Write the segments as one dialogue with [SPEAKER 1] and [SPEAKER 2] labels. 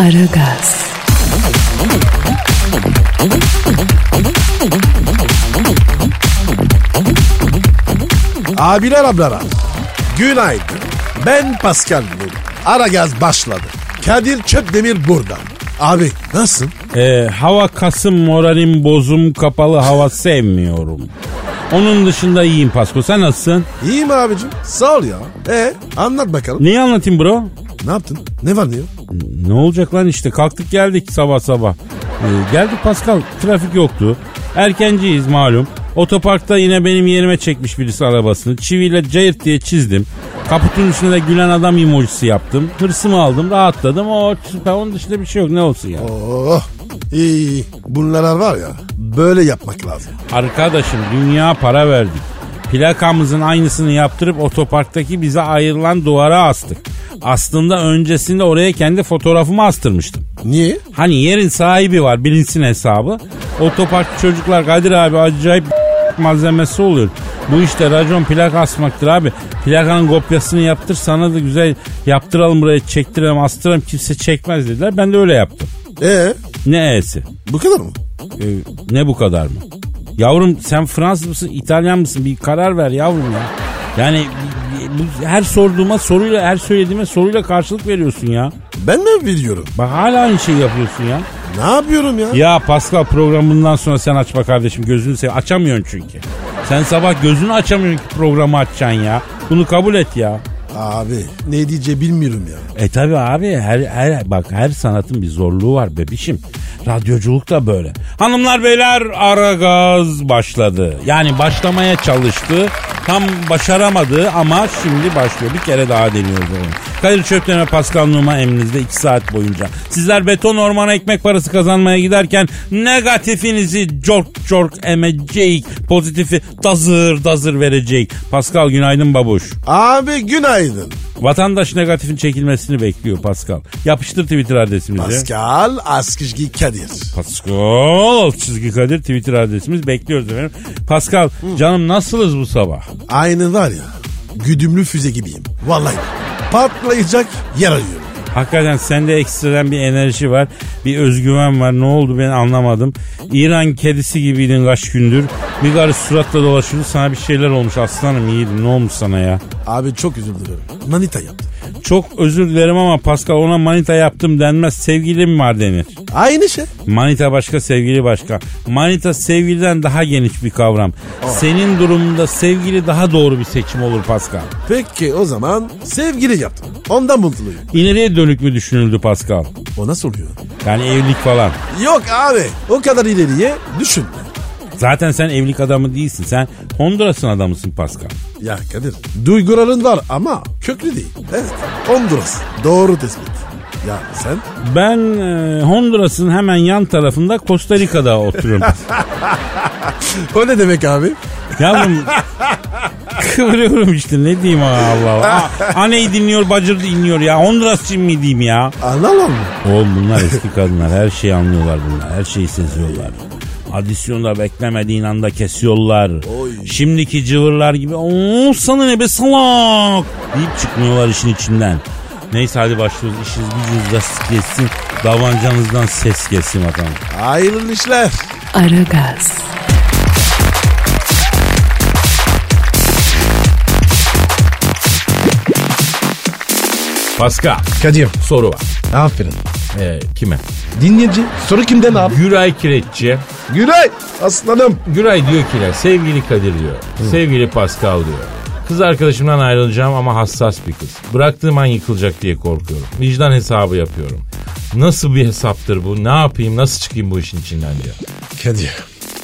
[SPEAKER 1] Aragaz,
[SPEAKER 2] Abiler ablalar. Günaydın. Ben Pascal Nur. Ara gaz başladı. Kadir Çöpdemir burada. Abi nasıl?
[SPEAKER 3] Ee, hava kasım moralim bozum kapalı hava sevmiyorum. Onun dışında iyiyim Pasko sen nasılsın?
[SPEAKER 2] İyiyim abicim. Sağ ol ya. E anlat bakalım.
[SPEAKER 3] Neyi anlatayım bro?
[SPEAKER 2] Ne yaptın? Ne var ne yok?
[SPEAKER 3] Ne olacak lan işte kalktık geldik sabah sabah. Ee, geldik Pascal trafik yoktu. Erkenciyiz malum. Otoparkta yine benim yerime çekmiş birisi arabasını. Çiviyle cayırt diye çizdim. Kaputun üstüne de gülen adam emojisi yaptım. Hırsımı aldım rahatladım. O süper onun dışında bir şey yok ne olsun ya.
[SPEAKER 2] Oh iyi iyi. Bunlar var ya böyle yapmak lazım.
[SPEAKER 3] Arkadaşım dünya para verdik. Plakamızın aynısını yaptırıp otoparktaki bize ayrılan duvara astık. Aslında öncesinde oraya kendi fotoğrafımı astırmıştım.
[SPEAKER 2] Niye?
[SPEAKER 3] Hani yerin sahibi var bilinsin hesabı. Otopark çocuklar Kadir abi acayip malzemesi oluyor. Bu işte racon plak asmaktır abi. Plakanın kopyasını yaptır sana da güzel yaptıralım buraya çektirelim astıralım kimse çekmez dediler. Ben de öyle yaptım.
[SPEAKER 2] E
[SPEAKER 3] Ne e'si?
[SPEAKER 2] bu kadar mı?
[SPEAKER 3] Ee, ne bu kadar mı? Yavrum sen Fransız mısın, İtalyan mısın? Bir karar ver yavrum ya. Yani bu- her sorduğuma soruyla, her söylediğime soruyla karşılık veriyorsun ya.
[SPEAKER 2] Ben mi biliyorum?
[SPEAKER 3] Bak hala aynı şeyi yapıyorsun ya.
[SPEAKER 2] Ne yapıyorum ya?
[SPEAKER 3] Ya Pascal programından sonra sen açma kardeşim gözünü seveyim. Açamıyorsun çünkü. Sen sabah gözünü açamıyorsun ki programı açacaksın ya. Bunu kabul et ya.
[SPEAKER 2] Abi ne diyeceği bilmiyorum ya.
[SPEAKER 3] E tabi abi her, her bak her sanatın bir zorluğu var bebişim. Radyoculuk da böyle. Hanımlar beyler ara gaz başladı. Yani başlamaya çalıştı. Tam başaramadı ama şimdi başlıyor. Bir kere daha deniyoruz onu. Kadir Çöpten ve Pascal Numa emrinizde 2 saat boyunca. Sizler beton ormana ekmek parası kazanmaya giderken negatifinizi cork cork emecek. Pozitifi dazır dazır verecek. Pascal günaydın babuş.
[SPEAKER 2] Abi günaydın.
[SPEAKER 3] Vatandaş negatifin çekilmesini bekliyor Pascal. Yapıştır Twitter adresimizi.
[SPEAKER 2] Pascal Askışgi Kadir.
[SPEAKER 3] Pascal çizgi Kadir Twitter adresimiz bekliyoruz efendim. Pascal canım nasılız bu sabah?
[SPEAKER 2] Aynı var ya güdümlü füze gibiyim. Vallahi patlayacak yer arıyorum.
[SPEAKER 3] Hakikaten sende ekstradan bir enerji var. Bir özgüven var. Ne oldu ben anlamadım. İran kedisi gibiydin kaç gündür. Bir garip suratla dolaşıyordu. Sana bir şeyler olmuş aslanım yiğidim. Ne olmuş sana ya?
[SPEAKER 2] Abi çok özür dilerim. Manita yaptı.
[SPEAKER 3] Çok özür dilerim ama Pascal ona manita yaptım denmez. Sevgilim var denir.
[SPEAKER 2] Aynı şey.
[SPEAKER 3] Manita başka sevgili başka. Manita sevgiliden daha geniş bir kavram. Senin durumunda sevgili daha doğru bir seçim olur Pascal.
[SPEAKER 2] Peki o zaman sevgili yaptım. Ondan mutluyum.
[SPEAKER 3] İleriye dönük mü düşünüldü Pascal?
[SPEAKER 2] O nasıl oluyor?
[SPEAKER 3] Yani evlilik falan.
[SPEAKER 2] Yok abi o kadar ileriye düşünme.
[SPEAKER 3] Zaten sen evlilik adamı değilsin. Sen Honduras'ın adamısın Pascal.
[SPEAKER 2] Ya Kadir duyguların var ama köklü değil. Evet Honduras doğru tespit. Ya sen
[SPEAKER 3] Ben e, Honduras'ın hemen yan tarafında Costa Rica'da oturuyorum.
[SPEAKER 2] o ne demek abi?
[SPEAKER 3] Yavrum kıvırıyorum işte ne diyeyim Allah Allah. A- Aney dinliyor bacır dinliyor ya. Hondurasçı mı diyeyim ya?
[SPEAKER 2] Anlamam mı?
[SPEAKER 3] Oğlum bunlar eski kadınlar. Her şeyi anlıyorlar bunlar. Her şeyi seziyorlar. Adisyonu da beklemediğin anda kesiyorlar.
[SPEAKER 2] Oy.
[SPEAKER 3] Şimdiki cıvırlar gibi ooo sana ne be salak deyip çıkmıyorlar işin içinden. Neyse hadi başlıyoruz. İşiniz gücünüz rast gelsin. Davancanızdan ses gelsin bakalım.
[SPEAKER 2] Hayırlı işler.
[SPEAKER 1] Aragaz,
[SPEAKER 3] Pascal
[SPEAKER 4] Kadir.
[SPEAKER 3] soru var. Ee,
[SPEAKER 4] Aferin.
[SPEAKER 3] kime?
[SPEAKER 4] Dinleyici soru kimden abi?
[SPEAKER 3] Güray Kireççi.
[SPEAKER 4] Güray. Aslanım.
[SPEAKER 3] Güray diyor ki "Ya sevgili Kadir diyor. Sevgili Pascal diyor. Kız arkadaşımdan ayrılacağım ama hassas bir kız. Bıraktığım an yıkılacak diye korkuyorum. Vicdan hesabı yapıyorum. Nasıl bir hesaptır bu? Ne yapayım? Nasıl çıkayım bu işin içinden diyor.
[SPEAKER 4] Kadir.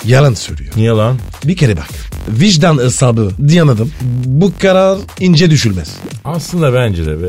[SPEAKER 4] Yalan söylüyor.
[SPEAKER 3] Niye lan?
[SPEAKER 4] Bir kere bak. vicdan hesabı diye anladım. Bu karar ince düşülmez.
[SPEAKER 5] Aslında bence de be.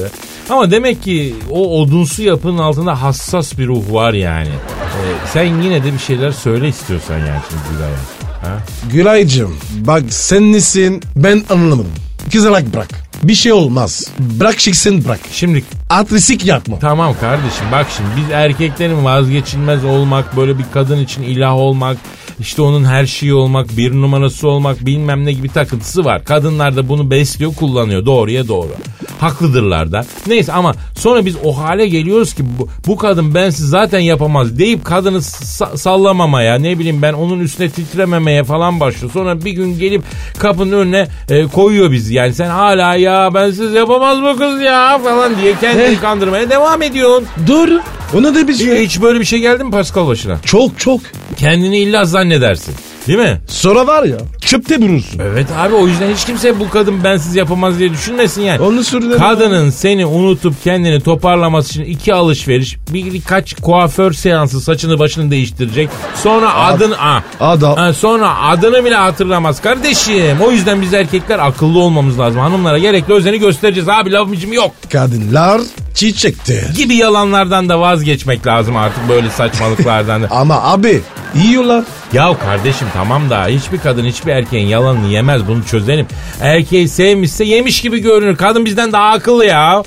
[SPEAKER 5] Ama demek ki o odunsu yapının altında hassas bir ruh var yani. Ee, sen yine de bir şeyler söyle istiyorsan yani şimdi Gülay'a. Ha?
[SPEAKER 4] Gülay'cığım bak sen nesin ben anlamadım. Kızarak bırak. Bir şey olmaz. Bırak çıksın bırak.
[SPEAKER 5] Şimdi
[SPEAKER 4] Adresik yapma.
[SPEAKER 5] tamam kardeşim bak şimdi biz erkeklerin vazgeçilmez olmak, böyle bir kadın için ilah olmak, işte onun her şeyi olmak, bir numarası olmak bilmem ne gibi takıntısı var. Kadınlar da bunu besliyor, kullanıyor doğruya doğru. Haklıdırlar da. Neyse ama sonra biz o hale geliyoruz ki bu, bu kadın bensiz zaten yapamaz deyip kadını sa- sallamamaya ne bileyim ben onun üstüne titrememeye falan başlıyor. Sonra bir gün gelip kapının önüne e, koyuyor bizi. Yani sen hala ya bensiz yapamaz bu kız ya falan diye kendini
[SPEAKER 4] Eh.
[SPEAKER 5] kandırmaya devam ediyorsun.
[SPEAKER 4] Dur. Ona da bir şey.
[SPEAKER 5] Hiç böyle bir şey geldi mi Pascal başına?
[SPEAKER 4] Çok çok.
[SPEAKER 5] Kendini illa zannedersin. Değil mi?
[SPEAKER 4] Sonra var ya çöpte bulursun.
[SPEAKER 5] Evet abi o yüzden hiç kimse bu kadın bensiz yapamaz diye düşünmesin yani.
[SPEAKER 4] Onu sürdürme.
[SPEAKER 5] Kadının seni unutup kendini toparlaması için iki alışveriş, bir- birkaç kuaför seansı saçını başını değiştirecek. Sonra adın a.
[SPEAKER 4] Adam.
[SPEAKER 5] Ha, sonra adını bile hatırlamaz kardeşim. O yüzden biz erkekler akıllı olmamız lazım. Hanımlara gerekli özeni göstereceğiz. Abi lafım yok.
[SPEAKER 4] Kadınlar çiçekte.
[SPEAKER 5] Gibi yalanlardan da vazgeçmek lazım artık böyle saçmalıklardan. da.
[SPEAKER 4] Ama abi yiyorlar.
[SPEAKER 5] Ya kardeşim tamam da hiçbir kadın hiçbir erkeğin yalanını yemez bunu çözelim. Erkeği sevmişse yemiş gibi görünür. Kadın bizden daha akıllı ya.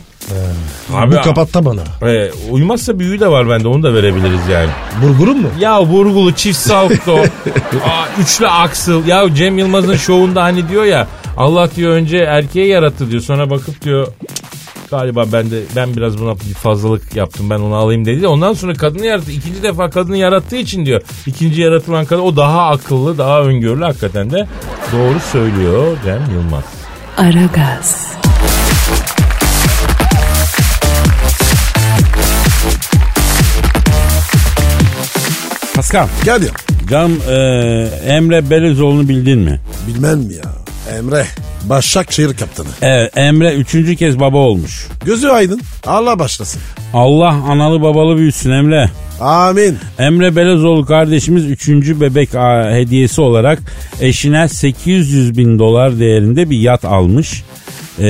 [SPEAKER 5] Abi,
[SPEAKER 4] Bu kapattı bana.
[SPEAKER 5] e, uymazsa büyüğü de var bende onu da verebiliriz yani.
[SPEAKER 4] Burgurun mu?
[SPEAKER 5] Ya vurgulu çift salto. Aa, üçlü aksıl. Ya Cem Yılmaz'ın şovunda hani diyor ya Allah diyor önce erkeği yarattı diyor. Sonra bakıp diyor "Cık, galiba ben de ben biraz buna bir fazlalık yaptım ben onu alayım dedi. Ondan sonra kadını yarattı. İkinci defa kadını yarattığı için diyor. ikinci yaratılan kadın o daha akıllı daha öngörülü hakikaten de doğru söylüyor Cem Yılmaz.
[SPEAKER 1] Aragaz,
[SPEAKER 3] Pascal.
[SPEAKER 2] Kadir
[SPEAKER 3] Canım e, Emre Belezoğlu'nu bildin mi?
[SPEAKER 2] bilmem mi ya. Emre Başakşehir kaptanı.
[SPEAKER 3] Evet Emre üçüncü kez baba olmuş.
[SPEAKER 2] Gözü aydın. Allah başlasın.
[SPEAKER 3] Allah analı babalı büyüsün Emre.
[SPEAKER 2] Amin.
[SPEAKER 3] Emre Belezoğlu kardeşimiz 3. bebek a, hediyesi olarak eşine 800 bin dolar değerinde bir yat almış. Ee,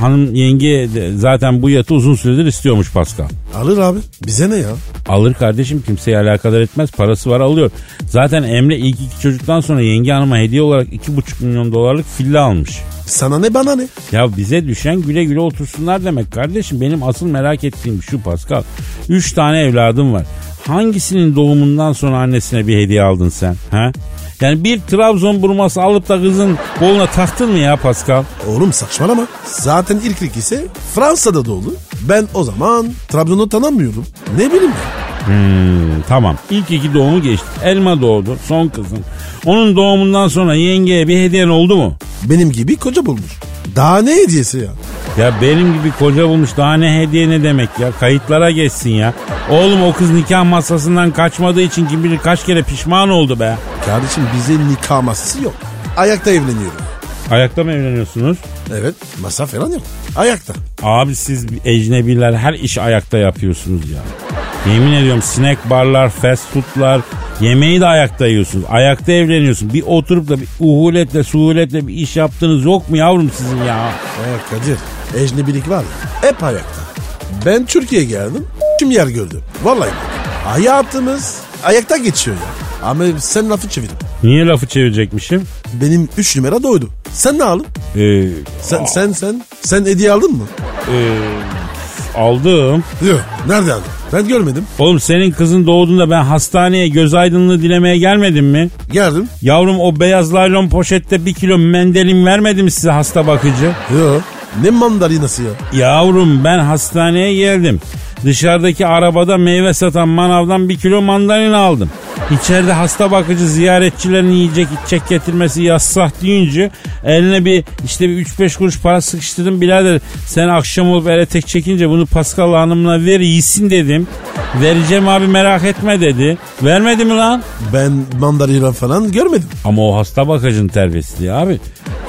[SPEAKER 3] hanım yenge de zaten bu yatı uzun süredir istiyormuş Pascal.
[SPEAKER 2] Alır abi. Bize ne ya?
[SPEAKER 3] Alır kardeşim kimseye alakadar etmez parası var alıyor. Zaten Emre ilk iki çocuktan sonra yenge hanıma hediye olarak 2,5 milyon dolarlık villa almış.
[SPEAKER 2] Sana ne bana ne?
[SPEAKER 3] Ya bize düşen güle güle otursunlar demek kardeşim. Benim asıl merak ettiğim şu Pascal. Üç tane evladım var. Hangisinin doğumundan sonra annesine bir hediye aldın sen? Ha? Yani bir Trabzon burması alıp da kızın koluna taktın mı ya Pascal?
[SPEAKER 2] Oğlum saçmalama. Zaten ilk ikisi Fransa'da doğdu. Ben o zaman Trabzon'u tanımıyordum. Ne bileyim ya.
[SPEAKER 3] Hmm, tamam. İlk iki doğumu geçti. Elma doğdu. Son kızın. Onun doğumundan sonra yengeye bir hediyen oldu mu?
[SPEAKER 2] Benim gibi koca bulmuş. Daha ne hediyesi ya?
[SPEAKER 3] Ya benim gibi koca bulmuş daha ne hediye ne demek ya. Kayıtlara geçsin ya. Oğlum o kız nikah masasından kaçmadığı için kim bilir kaç kere pişman oldu be.
[SPEAKER 2] Kardeşim bize nikah masası yok. Ayakta evleniyorum.
[SPEAKER 3] Ayakta mı evleniyorsunuz?
[SPEAKER 2] Evet masa falan yok. Ayakta.
[SPEAKER 3] Abi siz ecnebiler her iş ayakta yapıyorsunuz ya. Yemin ediyorum snack barlar, fast foodlar, yemeği de ayakta yiyorsunuz. Ayakta evleniyorsun. Bir oturup da bir uhuletle, suhuletle bir iş yaptığınız yok mu yavrum sizin ya?
[SPEAKER 2] Evet Kadir. Ecnebilik var ya. Hep ayakta. Ben Türkiye'ye geldim. Kim yer gördüm. Vallahi bak. Hayatımız ayakta geçiyor ya. Ama sen lafı çevirdin.
[SPEAKER 3] Niye lafı çevirecekmişim?
[SPEAKER 2] Benim 3 numara doydu. Sen ne aldın?
[SPEAKER 3] Ee,
[SPEAKER 2] Sen sen sen sen hediye aldın mı?
[SPEAKER 3] e, aldım.
[SPEAKER 2] Yok. Nerede aldın? Ben görmedim.
[SPEAKER 3] Oğlum senin kızın doğduğunda ben hastaneye göz aydınlığı dilemeye gelmedim mi?
[SPEAKER 2] Geldim.
[SPEAKER 3] Yavrum o beyaz laylon poşette bir kilo mendelim vermedi mi size hasta bakıcı?
[SPEAKER 2] Yok. Ne mandalinası ya?
[SPEAKER 3] Yavrum ben hastaneye geldim. Dışarıdaki arabada meyve satan manavdan bir kilo mandalina aldım. İçeride hasta bakıcı ziyaretçilerin yiyecek içecek getirmesi yassah deyince eline bir işte bir 3-5 kuruş para sıkıştırdım. Birader sen akşam olup ele tek çekince bunu Pascal hanımla ver yesin dedim. Vereceğim abi merak etme dedi. Vermedi mi lan?
[SPEAKER 2] Ben mandalina falan görmedim.
[SPEAKER 3] Ama o hasta bakıcının terbiyesizliği abi.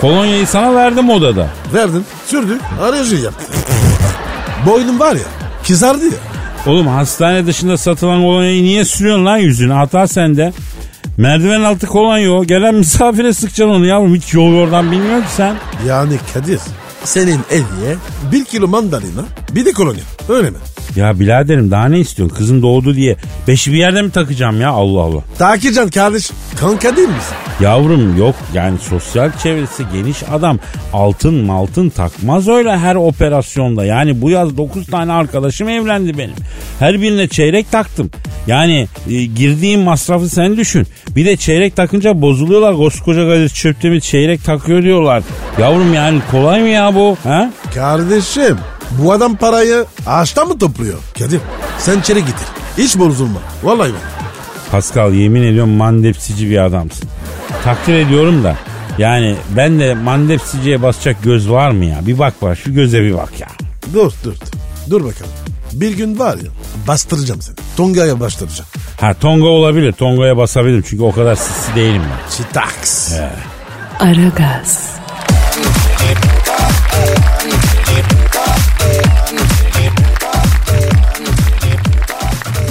[SPEAKER 3] Kolonyayı sana verdim odada.
[SPEAKER 2] Verdim. Sürdük. Aracı yaptı. Boynum var ya. Kızardı ya.
[SPEAKER 3] Oğlum hastane dışında satılan kolonyayı niye sürüyorsun lan yüzüne? Hata sende. Merdiven altı kolon yok. Gelen misafire sıkacaksın onu yavrum. Hiç yol oradan bilmiyor ki sen.
[SPEAKER 2] Yani Kadir senin hediye bir kilo mandalina bir de kolonya öyle mi?
[SPEAKER 3] Ya biraderim daha ne istiyorsun? Kızım doğdu diye. Beşi bir yerde mi takacağım ya? Allah Allah.
[SPEAKER 2] Takircan kardeş kanka değil misin?
[SPEAKER 3] Yavrum yok yani sosyal çevresi geniş adam altın maltın takmaz öyle her operasyonda. Yani bu yaz 9 tane arkadaşım evlendi benim. Her birine çeyrek taktım. Yani e, girdiğim masrafı sen düşün. Bir de çeyrek takınca bozuluyorlar. Koskoca Kadir Çöptemir çeyrek takıyor diyorlar. Yavrum yani kolay mı ya bu? Ha?
[SPEAKER 2] Kardeşim bu adam parayı ağaçtan mı topluyor? Kadir sen içeri getir hiç bozulma vallahi bak.
[SPEAKER 3] Pascal yemin ediyorum mandepsici bir adamsın. Takdir ediyorum da yani ben de mandepsiciye basacak göz var mı ya? Bir bak var şu göze bir bak ya.
[SPEAKER 2] Dur dur dur bakalım. Bir gün var ya bastıracağım seni. Tonga'ya bastıracağım.
[SPEAKER 3] Ha Tonga olabilir. Tonga'ya basabilirim çünkü o kadar sisi değilim ben.
[SPEAKER 2] Çitaks.
[SPEAKER 1] Aragaz,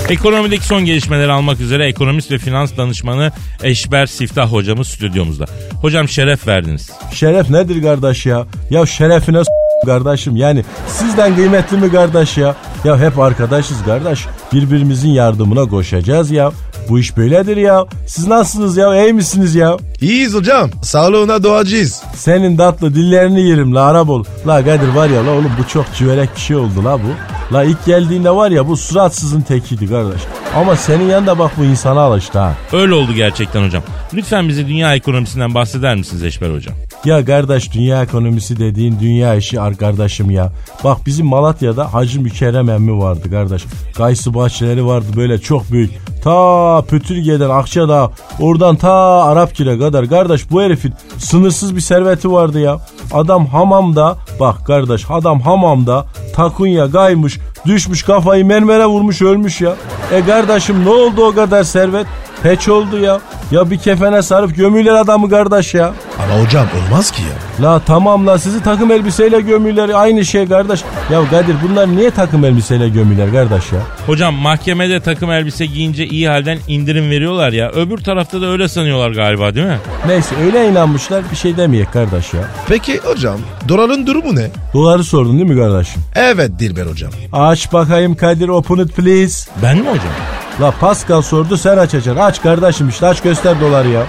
[SPEAKER 5] Ekonomideki son gelişmeleri almak üzere ekonomist ve finans danışmanı Eşber Siftah hocamız stüdyomuzda. Hocam şeref verdiniz.
[SPEAKER 6] Şeref nedir kardeş ya? Ya şerefine s- kardeşim yani sizden kıymetli mi kardeş ya? Ya hep arkadaşız kardeş. Birbirimizin yardımına koşacağız ya. Bu iş böyledir ya. Siz nasılsınız ya? İyi misiniz ya?
[SPEAKER 4] İyiyiz hocam. Sağlığına doğacağız.
[SPEAKER 6] Senin tatlı dillerini yerim la Arabol. La Kadir var ya la oğlum bu çok civerek bir şey oldu la bu. La ilk geldiğinde var ya bu suratsızın tekiydi kardeş. Ama senin yanında bak bu insana alıştı ha.
[SPEAKER 5] Öyle oldu gerçekten hocam. Lütfen bize dünya ekonomisinden bahseder misiniz Eşber hocam?
[SPEAKER 6] Ya kardeş dünya ekonomisi dediğin dünya işi ar- kardeşim ya. Bak bizim Malatya'da Hacı Mükerrem emmi vardı kardeş. Kayısı bahçeleri vardı böyle çok büyük. Ta Pütürge'den Akçadağ oradan ta Arapgir'e kadar kardeş bu herifin sınırsız bir serveti vardı ya. Adam hamamda bak kardeş adam hamamda takunya kaymış düşmüş kafayı mermere vurmuş ölmüş ya. E kardeşim ne oldu o kadar servet? Peç oldu ya. Ya bir kefene sarıp gömüyorlar adamı kardeş ya.
[SPEAKER 4] Ama hocam olmaz ki ya.
[SPEAKER 6] La tamam la sizi takım elbiseyle gömüyorlar aynı şey kardeş. Ya Kadir bunlar niye takım elbiseyle gömüyorlar kardeş ya?
[SPEAKER 5] Hocam mahkemede takım elbise giyince iyi halden indirim veriyorlar ya. Öbür tarafta da öyle sanıyorlar galiba değil mi?
[SPEAKER 6] Neyse öyle inanmışlar bir şey demeyek kardeş ya.
[SPEAKER 4] Peki hocam doların durumu ne?
[SPEAKER 6] Doları sordun değil mi kardeşim?
[SPEAKER 4] Evet Dilber hocam.
[SPEAKER 6] Aç bakayım Kadir open it please.
[SPEAKER 5] Ben mi hocam?
[SPEAKER 6] La Pascal sordu sen açacaksın. Aç kardeşim işte aç göster doları ya.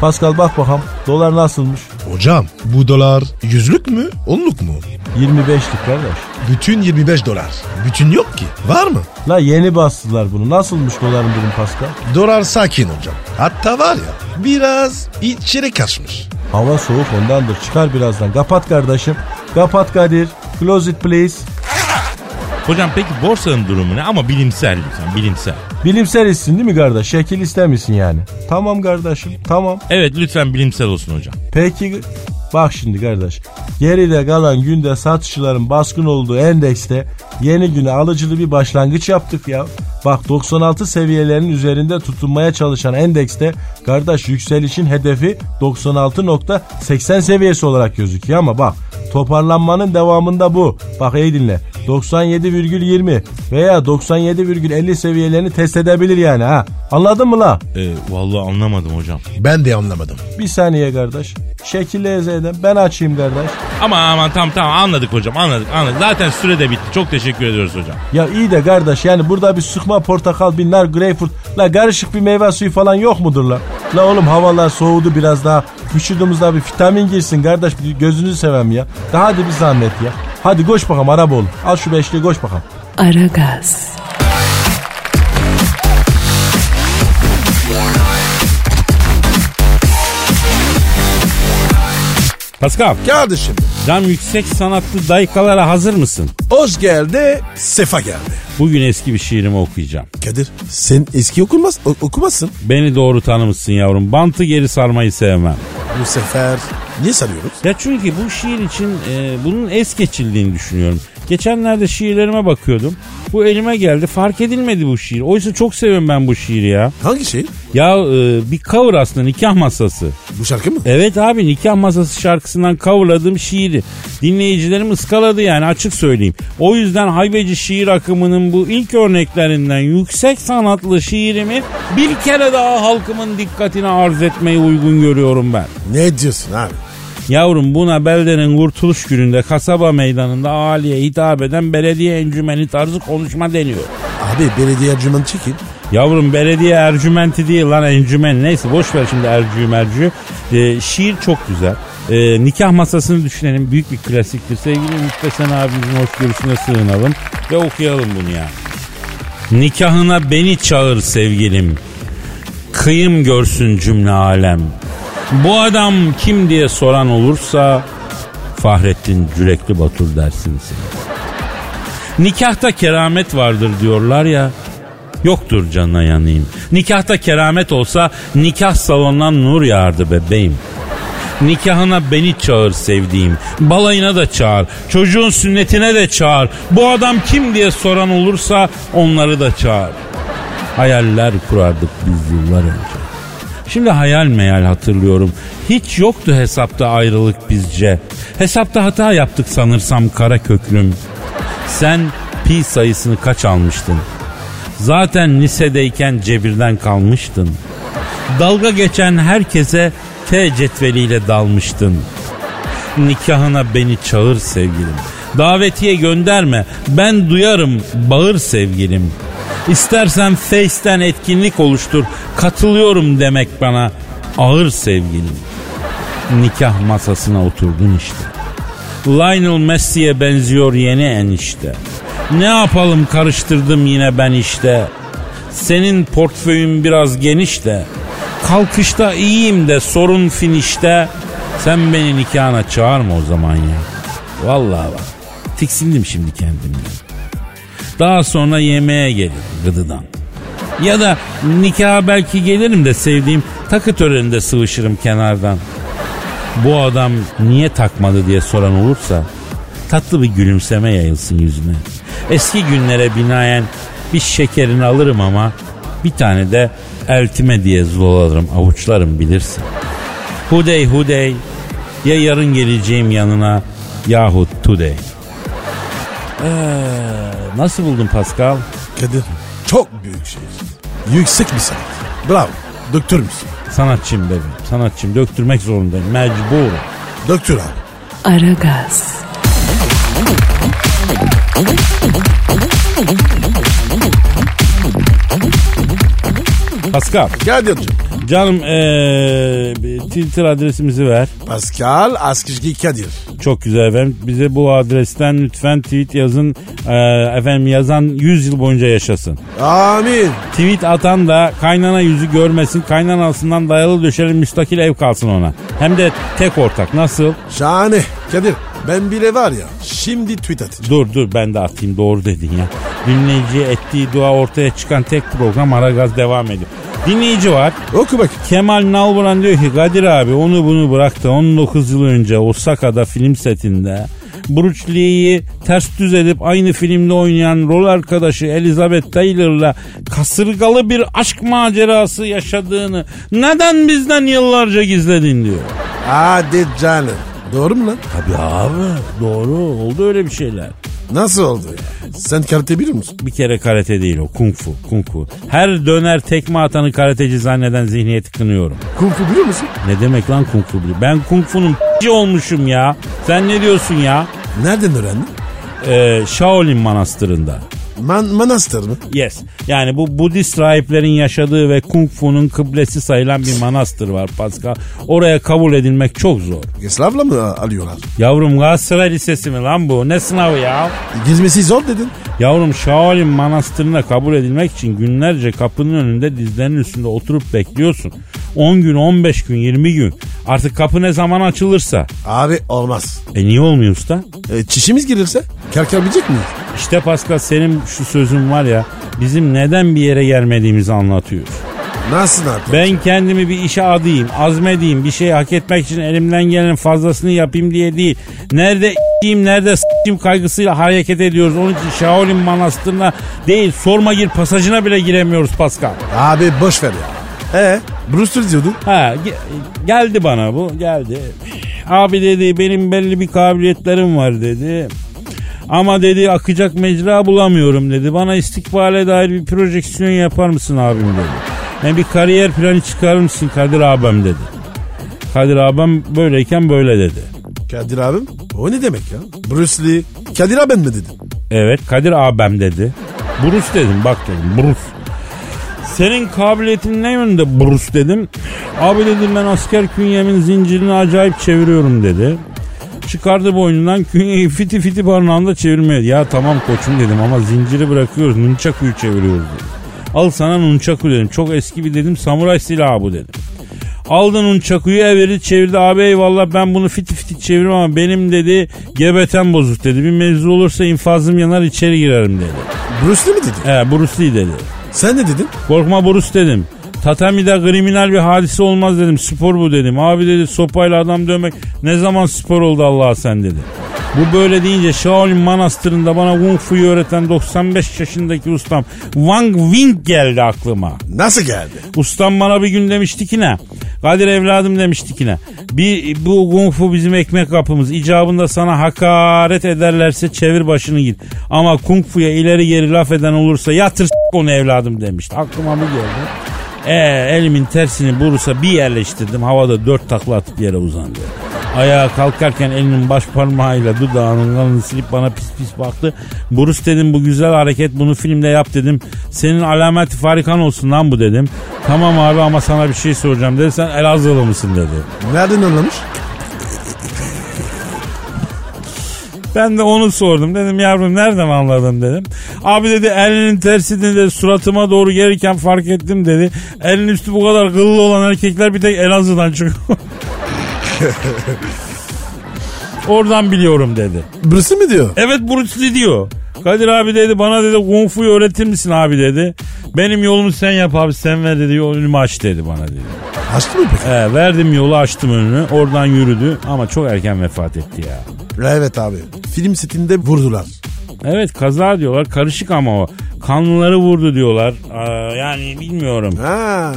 [SPEAKER 6] Pascal bak bakalım dolar nasılmış?
[SPEAKER 4] Hocam bu dolar yüzlük mü onluk mu?
[SPEAKER 6] 25'lik kardeş.
[SPEAKER 4] Bütün 25 dolar. Bütün yok ki. Var mı?
[SPEAKER 6] La yeni bastılar bunu. Nasılmış doların durum Pascal?
[SPEAKER 4] Dolar sakin hocam. Hatta var ya biraz içeri kaçmış.
[SPEAKER 6] Hava soğuk ondandır. Çıkar birazdan. Kapat kardeşim. Kapat Kadir. Close it please.
[SPEAKER 5] Hocam peki borsanın durumu ne ama bilimsel lütfen bilimsel.
[SPEAKER 6] Bilimsel isim değil mi kardeş? Şekil istemesin yani. Tamam kardeşim tamam.
[SPEAKER 5] Evet lütfen bilimsel olsun hocam.
[SPEAKER 6] Peki bak şimdi kardeş. Geride kalan günde satışçıların baskın olduğu endekste yeni güne alıcılı bir başlangıç yaptık ya. Bak 96 seviyelerinin üzerinde tutunmaya çalışan endekste kardeş yükselişin hedefi 96.80 seviyesi olarak gözüküyor ama bak toparlanmanın devamında bu. Bak iyi dinle. 97,20 veya 97,50 seviyelerini test edebilir yani ha. Anladın mı la?
[SPEAKER 5] Ee, vallahi anlamadım hocam.
[SPEAKER 4] Ben de anlamadım.
[SPEAKER 6] Bir saniye kardeş. Şekilli ezeyden ben açayım kardeş.
[SPEAKER 5] Ama aman tamam tamam anladık hocam anladık anladık. Zaten süre de bitti. Çok teşekkür ediyoruz hocam.
[SPEAKER 6] Ya iyi de kardeş yani burada bir sıkma portakal, bir nar, greyfurt, la karışık bir meyve suyu falan yok mudur la? La oğlum havalar soğudu biraz daha. Vücudumuzda bir vitamin girsin kardeş bir gözünüzü seveyim ya. Daha hadi bir zahmet ya. Hadi koş bakalım Arap oğlum. Al şu beşliği koş bakalım.
[SPEAKER 1] Aragaz,
[SPEAKER 3] Pascal,
[SPEAKER 2] Kardeşim
[SPEAKER 3] cam yüksek sanatlı dayıkalara hazır mısın?
[SPEAKER 2] hoş geldi sefa geldi.
[SPEAKER 3] Bugün eski bir şiirimi okuyacağım.
[SPEAKER 2] Kadir sen eski okumaz, o- okumazsın.
[SPEAKER 3] Beni doğru tanımışsın yavrum. Bantı geri sarmayı sevmem.
[SPEAKER 2] Bu sefer Niye sanıyoruz?
[SPEAKER 3] Ya çünkü bu şiir için e, bunun es geçildiğini düşünüyorum. Geçenlerde şiirlerime bakıyordum. Bu elime geldi. Fark edilmedi bu şiir. Oysa çok seviyorum ben bu şiiri ya.
[SPEAKER 2] Hangi şey?
[SPEAKER 3] Ya e, bir cover aslında nikah masası.
[SPEAKER 2] Bu şarkı mı?
[SPEAKER 3] Evet abi nikah masası şarkısından coverladığım şiiri dinleyicilerim ıskaladı yani açık söyleyeyim. O yüzden haybeci şiir akımının bu ilk örneklerinden yüksek sanatlı şiirimi bir kere daha halkımın dikkatine arz etmeyi uygun görüyorum ben.
[SPEAKER 2] Ne diyorsun abi?
[SPEAKER 3] Yavrum buna beldenin kurtuluş gününde kasaba meydanında aliye hitap eden belediye encümeni tarzı konuşma deniyor.
[SPEAKER 2] Abi belediye acımanı çekin.
[SPEAKER 3] Yavrum belediye ercümenti değil lan encümen. Neyse boş ver şimdi ercü mercü. Ee, şiir çok güzel. Ee, nikah masasını düşünelim. Büyük bir klasiktir. Sevgili Müstesen abimizin hoşgörüsüne sığınalım. Ve okuyalım bunu ya. Nikahına beni çağır sevgilim. Kıyım görsün cümle alem. Bu adam kim diye soran olursa Fahrettin Cürekli Batur dersiniz. Nikahta keramet vardır diyorlar ya. Yoktur canına yanayım. Nikahta keramet olsa nikah salonundan nur yağardı bebeğim. Nikahına beni çağır sevdiğim. Balayına da çağır. Çocuğun sünnetine de çağır. Bu adam kim diye soran olursa onları da çağır. Hayaller kurardık biz yıllar önce. Şimdi hayal meyal hatırlıyorum. Hiç yoktu hesapta ayrılık bizce. Hesapta hata yaptık sanırsam kara köklüm. Sen pi sayısını kaç almıştın? Zaten lisedeyken cebirden kalmıştın. Dalga geçen herkese T cetveliyle dalmıştın. Nikahına beni çağır sevgilim. Davetiye gönderme. Ben duyarım. Bağır sevgilim. İstersen Face'ten etkinlik oluştur. Katılıyorum demek bana. Ağır sevgilim. Nikah masasına oturdun işte. Lionel Messi'ye benziyor yeni enişte. Ne yapalım karıştırdım yine ben işte. Senin portföyün biraz geniş de. Kalkışta iyiyim de sorun finişte. Sen beni nikahına çağırma o zaman ya. Vallahi bak. Tiksindim şimdi kendimden. Daha sonra yemeğe gelir gıdıdan. Ya da nikaha belki gelirim de sevdiğim takı töreninde sıvışırım kenardan bu adam niye takmadı diye soran olursa tatlı bir gülümseme yayılsın yüzüne. Eski günlere binaen bir şekerini alırım ama bir tane de eltime diye zulalarım avuçlarım bilirsin. Hudey hudey ya yarın geleceğim yanına yahut today. Ee, nasıl buldun Pascal?
[SPEAKER 2] Kadir çok büyük şey. Yüksek bir sanat. Bravo. Doktor musun?
[SPEAKER 3] Sanatçım bebeğim sanatçım döktürmek zorundayım mecburum.
[SPEAKER 2] Doktor abi.
[SPEAKER 1] Aragaz,
[SPEAKER 3] Pascal
[SPEAKER 2] Kadir'cim.
[SPEAKER 3] canım ee, Twitter adresimizi ver.
[SPEAKER 2] Pascal Askışki Kadir.
[SPEAKER 3] Çok güzel efendim. Bize bu adresten lütfen tweet yazın. Ee, efendim yazan 100 yıl boyunca yaşasın.
[SPEAKER 2] Amin.
[SPEAKER 3] Tweet atan da kaynana yüzü görmesin. Kaynanasından dayalı döşeli müstakil ev kalsın ona. Hem de tek ortak. Nasıl?
[SPEAKER 2] Şahane. Kadir ben bile var ya şimdi tweet atacağım.
[SPEAKER 3] Dur dur ben de atayım doğru dedin ya. Dinleyiciye ettiği dua ortaya çıkan tek program Aragaz devam ediyor. Dinleyici var.
[SPEAKER 2] Oku bak.
[SPEAKER 3] Kemal Nalburan diyor ki Kadir abi onu bunu bırak da 19 yıl önce Osaka'da film setinde Bruce Lee'yi ters düz edip aynı filmde oynayan rol arkadaşı Elizabeth Taylor'la kasırgalı bir aşk macerası yaşadığını neden bizden yıllarca gizledin diyor.
[SPEAKER 2] Hadi canım. Doğru mu lan?
[SPEAKER 3] Tabii abi doğru oldu öyle bir şeyler.
[SPEAKER 2] Nasıl oldu ya? Sen karate bilir misin?
[SPEAKER 3] Bir kere karate değil o kung fu kung fu. Her döner tekme atanı karateci zanneden zihniyeti kınıyorum.
[SPEAKER 2] Kung fu biliyor musun?
[SPEAKER 3] Ne demek lan kung fu biliyor? Ben kung fu'nun olmuşum ya. Sen ne diyorsun ya?
[SPEAKER 2] Nereden öğrendin?
[SPEAKER 3] Ee, Shaolin manastırında.
[SPEAKER 2] Man manastır mı?
[SPEAKER 3] Yes. Yani bu Budist rahiplerin yaşadığı ve kung fu'nun kıblesi sayılan bir manastır var Pascal. Oraya kabul edilmek çok zor.
[SPEAKER 2] Slavla mı a- alıyorlar?
[SPEAKER 3] Yavrum Galatasaray Lisesi mi lan bu? Ne sınavı ya?
[SPEAKER 2] Gizmesi zor dedin.
[SPEAKER 3] Yavrum Shaolin manastırına kabul edilmek için günlerce kapının önünde dizlerinin üstünde oturup bekliyorsun. 10 gün, 15 gün, 20 gün. Artık kapı ne zaman açılırsa.
[SPEAKER 2] Abi olmaz.
[SPEAKER 3] E niye olmuyor usta?
[SPEAKER 2] E, çişimiz girirse kerkerabilecek miyiz?
[SPEAKER 3] İşte Pascal senin şu sözün var ya bizim neden bir yere gelmediğimizi anlatıyor.
[SPEAKER 2] Nasıl artık?
[SPEAKER 3] Ben kendimi bir işe adayım, azmedeyim, bir şey hak etmek için elimden gelenin fazlasını yapayım diye değil. Nerede diyeyim, nerede s**eyim kaygısıyla hareket ediyoruz. Onun için Shaolin Manastırı'na değil, sorma gir pasajına bile giremiyoruz Pascal.
[SPEAKER 2] Abi boş ver ya. Ee, Brewster diyordun.
[SPEAKER 3] Ha, ge- geldi bana bu, geldi. Abi dedi benim belli bir kabiliyetlerim var dedi. Ama dedi akacak mecra bulamıyorum dedi. Bana istikbale dair bir projeksiyon yapar mısın abim dedi. Yani bir kariyer planı çıkarır mısın Kadir abim dedi. Kadir abim böyleyken böyle dedi.
[SPEAKER 2] Kadir abim. O ne demek ya? Bruce Lee. Kadir abim mi dedin?
[SPEAKER 3] Evet Kadir abim dedi. Bruce dedim bak dedim Bruce. Senin kabiliyetin ne yönde Bruce dedim. Abi dedim ben asker künyemin zincirini acayip çeviriyorum dedi. Çıkardı boynundan künyeyi fiti fiti barınağında çevirmeye. Ya tamam koçum dedim ama zinciri bırakıyoruz nunchaku'yu çeviriyoruz dedi. Al sana nunchaku dedim. Çok eski bir dedim samuray silahı bu dedim. Aldı nunchaku'yu everi çevirdi. Abi eyvallah ben bunu fiti fiti çevirmem ama benim dedi gebeten bozuk dedi. Bir mevzu olursa infazım yanar içeri girerim dedi.
[SPEAKER 2] Bruce Lee mi dedin?
[SPEAKER 3] He Bruce Lee dedi.
[SPEAKER 2] Sen ne dedin?
[SPEAKER 3] Korkma Borus dedim. Tatami'de kriminal bir hadise olmaz dedim. Spor bu dedim. Abi dedi sopayla adam dövmek ne zaman spor oldu Allah'a sen dedi. Bu böyle deyince Shaolin Manastırı'nda bana Kung Fu'yu öğreten 95 yaşındaki ustam Wang Wing geldi aklıma.
[SPEAKER 2] Nasıl geldi?
[SPEAKER 3] Ustam bana bir gün demişti ki ne? Kadir evladım demişti ki ne? Bir, bu kung fu bizim ekmek kapımız. İcabında sana hakaret ederlerse çevir başını git. Ama kung fu'ya ileri geri laf eden olursa yatır s- onu evladım demişti. Aklıma mı geldi? Ee, elimin tersini burusa bir yerleştirdim. Havada dört takla atıp yere uzandı. Ayağa kalkarken elinin baş parmağıyla dudağının kanını silip bana pis pis baktı. Bruce dedim bu güzel hareket bunu filmde yap dedim. Senin alameti farikan olsun lan bu dedim. Tamam abi ama sana bir şey soracağım dedi. Sen Elazığlı mısın dedi.
[SPEAKER 2] Nereden anlamış?
[SPEAKER 3] Ben de onu sordum. Dedim yavrum nereden anladın dedim. Abi dedi elinin tersini de suratıma doğru gelirken fark ettim dedi. Elin üstü bu kadar kıllı olan erkekler bir tek Elazığ'dan çıkıyor. Oradan biliyorum dedi.
[SPEAKER 2] Bruce Lee mi diyor?
[SPEAKER 3] Evet Bruce Lee diyor. Kadir abi dedi bana dedi kung fu'yu öğretir misin abi dedi. Benim yolumu sen yap abi sen ver dedi yolumu aç dedi bana dedi.
[SPEAKER 2] Açtı mı peki?
[SPEAKER 3] He, verdim yolu açtım önünü oradan yürüdü ama çok erken vefat etti ya.
[SPEAKER 2] Evet abi. Film setinde vurdular.
[SPEAKER 3] Evet kaza diyorlar karışık ama o. Kanlıları vurdu diyorlar. Aa, yani bilmiyorum.
[SPEAKER 2] Ha.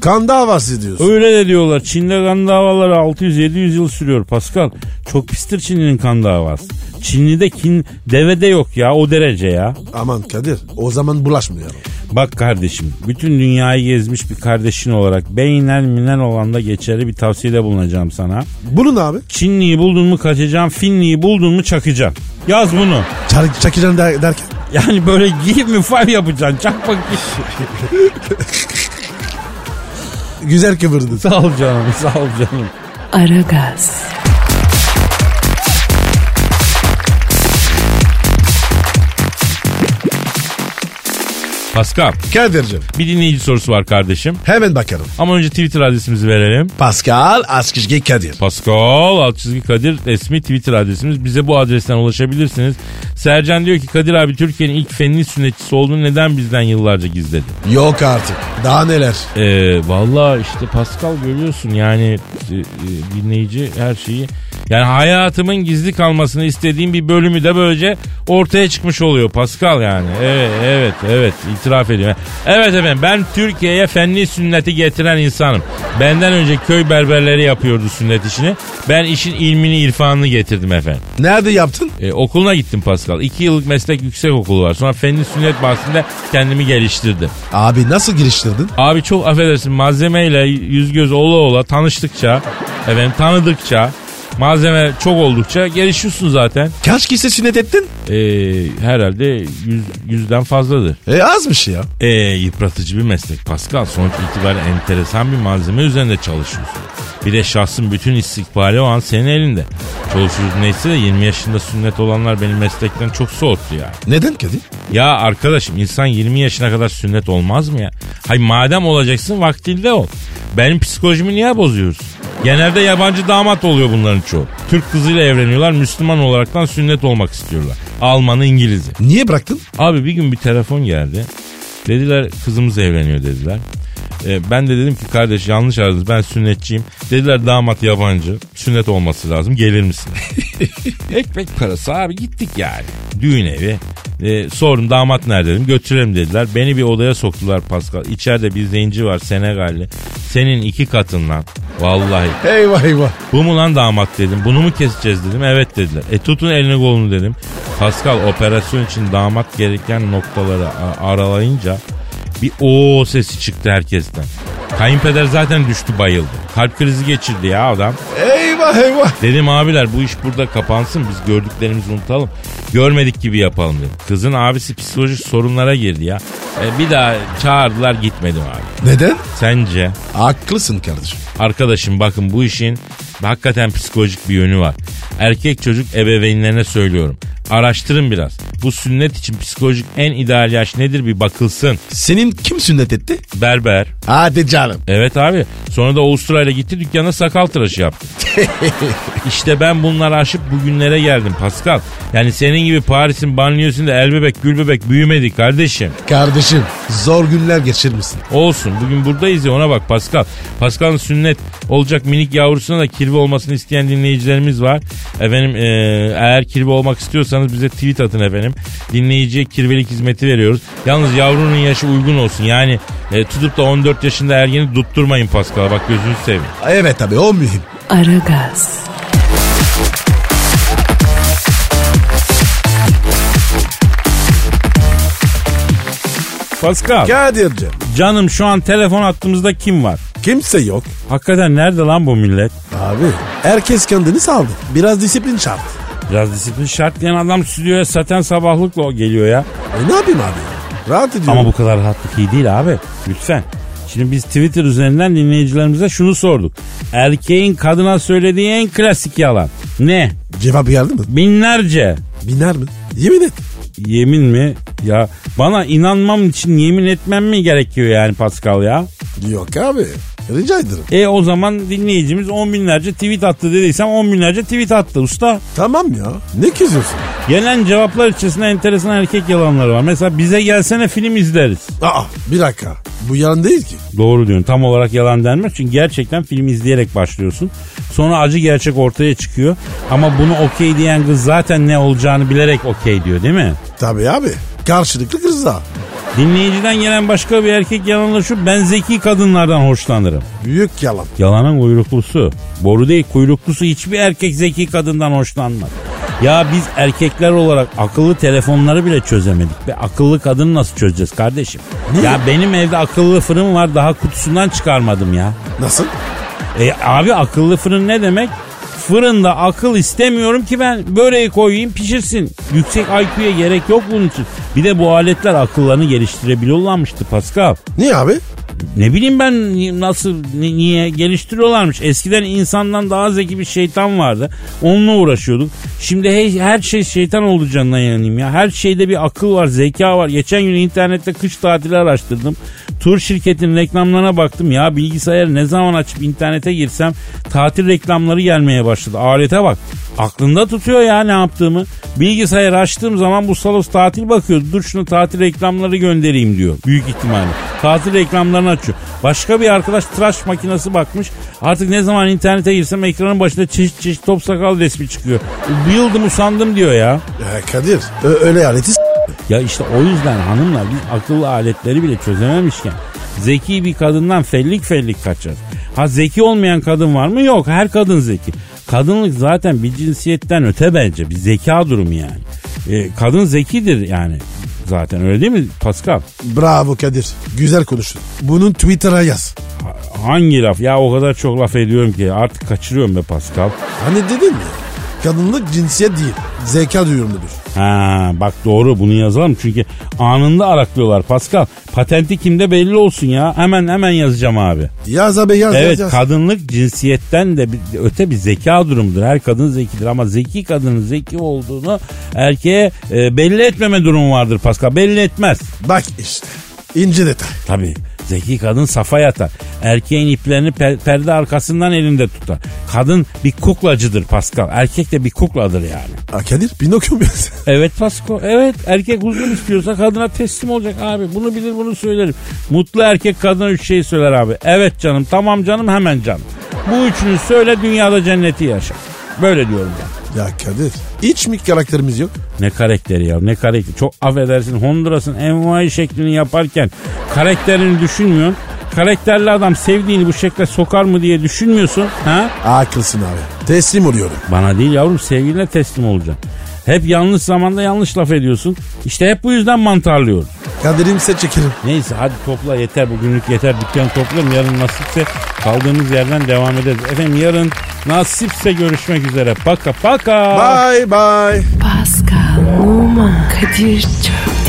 [SPEAKER 2] Kan davası diyorsun.
[SPEAKER 3] Öyle de diyorlar. Çin'de kan davaları 600-700 yıl sürüyor Pascal. Çok pistir Çinli'nin kan davası. Çinli'de kin devede yok ya o derece ya.
[SPEAKER 2] Aman Kadir o zaman bulaşmayalım.
[SPEAKER 3] Bak kardeşim bütün dünyayı gezmiş bir kardeşin olarak beynel minel olan da geçerli bir tavsiyede bulunacağım sana.
[SPEAKER 2] Bunun abi.
[SPEAKER 3] Çinliyi buldun mu kaçacaksın, Finliyi buldun mu çakacaksın. Yaz bunu.
[SPEAKER 2] Çar çakıcan der- derken.
[SPEAKER 3] Yani böyle give mi five yapacaksın. Çak bak.
[SPEAKER 2] Güzel kıvırdın.
[SPEAKER 3] sağ ol canım sağ ol canım.
[SPEAKER 1] Aragaz.
[SPEAKER 3] Pascal
[SPEAKER 2] Kadir'cim
[SPEAKER 3] bir dinleyici sorusu var kardeşim.
[SPEAKER 2] hemen bakalım.
[SPEAKER 3] Ama önce Twitter adresimizi verelim.
[SPEAKER 2] Pascal Askışge Kadir.
[SPEAKER 3] Pascal alt çizgi Kadir resmi Twitter adresimiz. Bize bu adresten ulaşabilirsiniz. Sercan diyor ki Kadir abi Türkiye'nin ilk fenli sünnetçisi olduğunu neden bizden yıllarca gizledi?
[SPEAKER 2] Yok artık. Daha neler.
[SPEAKER 3] Ee, Valla işte Pascal görüyorsun yani e, e, dinleyici her şeyi. Yani hayatımın gizli kalmasını istediğim bir bölümü de böylece ortaya çıkmış oluyor Pascal yani. Evet evet evet itiraf ediyorum. Evet efendim ben Türkiye'ye fenli sünneti getiren insanım. Benden önce köy berberleri yapıyordu sünnet işini. Ben işin ilmini irfanını getirdim efendim.
[SPEAKER 2] Nerede yaptın?
[SPEAKER 3] E, okuluna gittim Pascal. İki yıllık meslek yüksek okulu var. Sonra fenli sünnet bahsinde kendimi geliştirdim.
[SPEAKER 2] Abi nasıl giriştirdin?
[SPEAKER 3] Abi çok affedersin malzemeyle yüz göz ola ola tanıştıkça, efendim tanıdıkça, malzeme çok oldukça gelişiyorsun zaten.
[SPEAKER 2] Kaç kişi sünnet ettin?
[SPEAKER 3] Ee, herhalde yüz, yüzden fazladır.
[SPEAKER 2] E azmış ya.
[SPEAKER 3] Ee, yıpratıcı bir meslek Pascal. Sonuç itibariyle enteresan bir malzeme üzerinde çalışıyorsun. Bir de şahsın bütün istikbali o an senin elinde. Çalışıyoruz neyse de 20 yaşında sünnet olanlar beni meslekten çok soğuttu yani.
[SPEAKER 2] Neden Kadir?
[SPEAKER 3] Ya arkadaşım insan 20 yaşına kadar sünnet olmaz mı ya? Hay madem olacaksın vaktinde ol. Benim psikolojimi niye bozuyorsun? Genelde yabancı damat oluyor bunların çoğu. Türk kızıyla evleniyorlar Müslüman olaraktan sünnet olmak istiyorlar. Almanı İngiliz'i.
[SPEAKER 2] Niye bıraktın?
[SPEAKER 3] Abi bir gün bir telefon geldi. Dediler kızımız evleniyor dediler.
[SPEAKER 5] E, ben de dedim ki kardeş yanlış aradınız ben sünnetçiyim. Dediler damat yabancı sünnet olması lazım gelir misin? Ekmek parası abi gittik yani. Düğün evi. E, sordum damat nerede dedim götürelim dediler. Beni bir odaya soktular Pascal. İçeride bir zenci var Senegalli. Senin iki katın lan. Vallahi.
[SPEAKER 4] Eyvah eyvah.
[SPEAKER 5] Bu mu lan damat dedim. Bunu mu keseceğiz dedim. Evet dediler. E tutun elini kolunu dedim. Pascal operasyon için damat gereken noktaları a- aralayınca bir o sesi çıktı herkesten. Kayınpeder zaten düştü bayıldı. Kalp krizi geçirdi ya adam.
[SPEAKER 4] Eyvah eyvah.
[SPEAKER 5] Dedim abiler bu iş burada kapansın biz gördüklerimizi unutalım. Görmedik gibi yapalım dedim. Kızın abisi psikolojik sorunlara girdi ya. E, bir daha çağırdılar gitmedim abi.
[SPEAKER 4] Neden?
[SPEAKER 5] Sence?
[SPEAKER 4] Haklısın kardeşim.
[SPEAKER 5] Arkadaşım bakın bu işin hakikaten psikolojik bir yönü var. Erkek çocuk ebeveynlerine söylüyorum. Araştırın biraz. Bu sünnet için psikolojik en ideal yaş nedir bir bakılsın.
[SPEAKER 4] Senin kim sünnet etti?
[SPEAKER 5] Berber.
[SPEAKER 4] Hadi canım.
[SPEAKER 5] Evet abi. Sonra da Avustralya gitti dükkana sakal tıraşı yaptı. işte ben bunları aşıp bugünlere geldim Pascal. Yani senin gibi Paris'in banliyosunda el bebek gül bebek büyümedi kardeşim.
[SPEAKER 4] Kardeşim zor günler geçir misin?
[SPEAKER 5] Olsun bugün buradayız ya ona bak Pascal. Pascal'ın sünnet olacak minik yavrusuna da kirve olmasını isteyen dinleyicilerimiz var. Efendim e, eğer kirve olmak istiyorsanız bize tweet atın efendim. Dinleyiciye kirvelik hizmeti veriyoruz. Yalnız yavrunun yaşı uygun olsun. Yani e, tutup da 14 yaşında ergeni tutturmayın Pascal. Bak gözünü seveyim.
[SPEAKER 4] Evet tabii o mühim.
[SPEAKER 1] Aragaz,
[SPEAKER 3] Pascal
[SPEAKER 2] Kadir'cim
[SPEAKER 3] canım şu an telefon attığımızda kim var?
[SPEAKER 2] kimse yok.
[SPEAKER 3] Hakikaten nerede lan bu millet?
[SPEAKER 2] Abi herkes kendini saldı. Biraz disiplin şart.
[SPEAKER 3] Biraz disiplin şart diyen adam stüdyoya zaten sabahlıkla o geliyor ya.
[SPEAKER 2] E ne yapayım abi? Rahat ediyorum.
[SPEAKER 3] Ama bu kadar rahatlık iyi değil abi. Lütfen. Şimdi biz Twitter üzerinden dinleyicilerimize şunu sorduk. Erkeğin kadına söylediği en klasik yalan. Ne?
[SPEAKER 2] Cevap geldi mi?
[SPEAKER 3] Binlerce.
[SPEAKER 2] Biner mi? Yemin et.
[SPEAKER 3] Yemin mi? Ya bana inanmam için yemin etmem mi gerekiyor yani Pascal ya?
[SPEAKER 2] Yok abi. Rica ederim.
[SPEAKER 3] E o zaman dinleyicimiz on binlerce tweet attı dediysem on binlerce tweet attı usta.
[SPEAKER 2] Tamam ya. Ne kızıyorsun?
[SPEAKER 3] Gelen cevaplar içerisinde enteresan erkek yalanları var. Mesela bize gelsene film izleriz.
[SPEAKER 2] Aa bir dakika. Bu yalan değil ki.
[SPEAKER 3] Doğru diyorsun. Tam olarak yalan denmez. Çünkü gerçekten film izleyerek başlıyorsun. Sonra acı gerçek ortaya çıkıyor. Ama bunu okey diyen kız zaten ne olacağını bilerek okey diyor değil mi?
[SPEAKER 2] Tabii abi. Karşılıklı kızla.
[SPEAKER 3] Dinleyiciden gelen başka bir erkek yalanla şu ben zeki kadınlardan hoşlanırım.
[SPEAKER 2] Büyük yalan.
[SPEAKER 3] Yalanın kuyruklusu. Boru değil kuyruklusu hiçbir erkek zeki kadından hoşlanmaz. Ya biz erkekler olarak akıllı telefonları bile çözemedik. Ve akıllı kadını nasıl çözeceğiz kardeşim? Ya benim evde akıllı fırın var daha kutusundan çıkarmadım ya.
[SPEAKER 2] Nasıl?
[SPEAKER 3] E abi akıllı fırın ne demek? Fırında akıl istemiyorum ki ben böreği koyayım pişirsin. Yüksek IQ'ya gerek yok bunun için. Bir de bu aletler akıllarını geliştirebiliyorlarmıştı Pascal.
[SPEAKER 2] Niye abi?
[SPEAKER 3] Ne bileyim ben nasıl ni- niye geliştiriyorlarmış. Eskiden insandan daha zeki bir şeytan vardı. Onunla uğraşıyorduk. Şimdi he- her şey şeytan oldu canına yanayım ya. Her şeyde bir akıl var, zeka var. Geçen gün internette kış tatili araştırdım. Tur şirketinin reklamlarına baktım ya. Bilgisayarı ne zaman açıp internete girsem tatil reklamları gelmeye başladı. Alete bak. Aklında tutuyor ya ne yaptığımı. Bilgisayarı açtığım zaman bu Salos tatil bakıyor. Dur şunu tatil reklamları göndereyim diyor. Büyük ihtimalle. Tatil reklamlarını açıyor. Başka bir arkadaş tıraş makinesi bakmış. Artık ne zaman internete girsem ekranın başında çeşit çeşit top sakal resmi çıkıyor. Bayıldım usandım diyor ya.
[SPEAKER 2] Ee, Kadir ö- öyle aleti s-
[SPEAKER 3] Ya işte o yüzden hanımlar biz akıllı aletleri bile çözememişken zeki bir kadından fellik fellik kaçar. Ha zeki olmayan kadın var mı? Yok her kadın zeki. Kadınlık zaten bir cinsiyetten öte bence bir zeka durumu yani. E, kadın zekidir yani zaten öyle değil mi Pascal?
[SPEAKER 2] Bravo Kadir. Güzel konuştun. Bunun Twitter'a yaz.
[SPEAKER 3] Ha- Hangi laf? Ya o kadar çok laf ediyorum ki artık kaçırıyorum be Pascal.
[SPEAKER 2] Hani dedin mi? Kadınlık cinsiyet değil. Zeka duyurumudur.
[SPEAKER 3] Ha bak doğru bunu yazalım çünkü anında araklıyorlar Pascal. Patenti kimde belli olsun ya. Hemen hemen yazacağım abi.
[SPEAKER 2] Yaz abi yaz
[SPEAKER 3] Evet
[SPEAKER 2] yaz yaz.
[SPEAKER 3] kadınlık cinsiyetten de bir, öte bir zeka durumudur. Her kadın zekidir ama zeki kadının zeki olduğunu erkeğe e, belli etmeme durumu vardır Pascal. Belli etmez.
[SPEAKER 2] Bak işte. İnce detay.
[SPEAKER 3] Tabii. Zeki kadın safa yatar. Erkeğin iplerini per- perde arkasından elinde tutar. Kadın bir kuklacıdır Pascal. Erkek de bir kukladır yani.
[SPEAKER 2] Ha, Kadir Pinokyo mu yazdı?
[SPEAKER 3] Evet Pasko. Evet erkek huzur istiyorsa kadına teslim olacak abi. Bunu bilir bunu söylerim. Mutlu erkek kadına üç şey söyler abi. Evet canım tamam canım hemen canım. Bu üçünü söyle dünyada cenneti yaşa. Böyle diyorum ben.
[SPEAKER 2] Ya Kadir hiç mi karakterimiz yok?
[SPEAKER 3] Ne karakteri ya ne karakteri. Çok affedersin Honduras'ın envai şeklini yaparken karakterini düşünmüyorsun. Karakterli adam sevdiğini bu şekle sokar mı diye düşünmüyorsun. Ha?
[SPEAKER 2] Haklısın abi. Teslim oluyorum.
[SPEAKER 3] Bana değil yavrum sevgiline teslim olacaksın. Hep yanlış zamanda yanlış laf ediyorsun. İşte hep bu yüzden mantarlıyorum.
[SPEAKER 2] Kadir'imse çekerim.
[SPEAKER 3] Neyse hadi topla yeter bugünlük yeter dükkan toplarım yarın nasipse kaldığımız yerden devam ederiz. Efendim yarın nasipse görüşmek üzere. Paka paka.
[SPEAKER 2] Bye bye.
[SPEAKER 1] Pascal, Oman, Kadir çok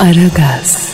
[SPEAKER 1] Aragaz.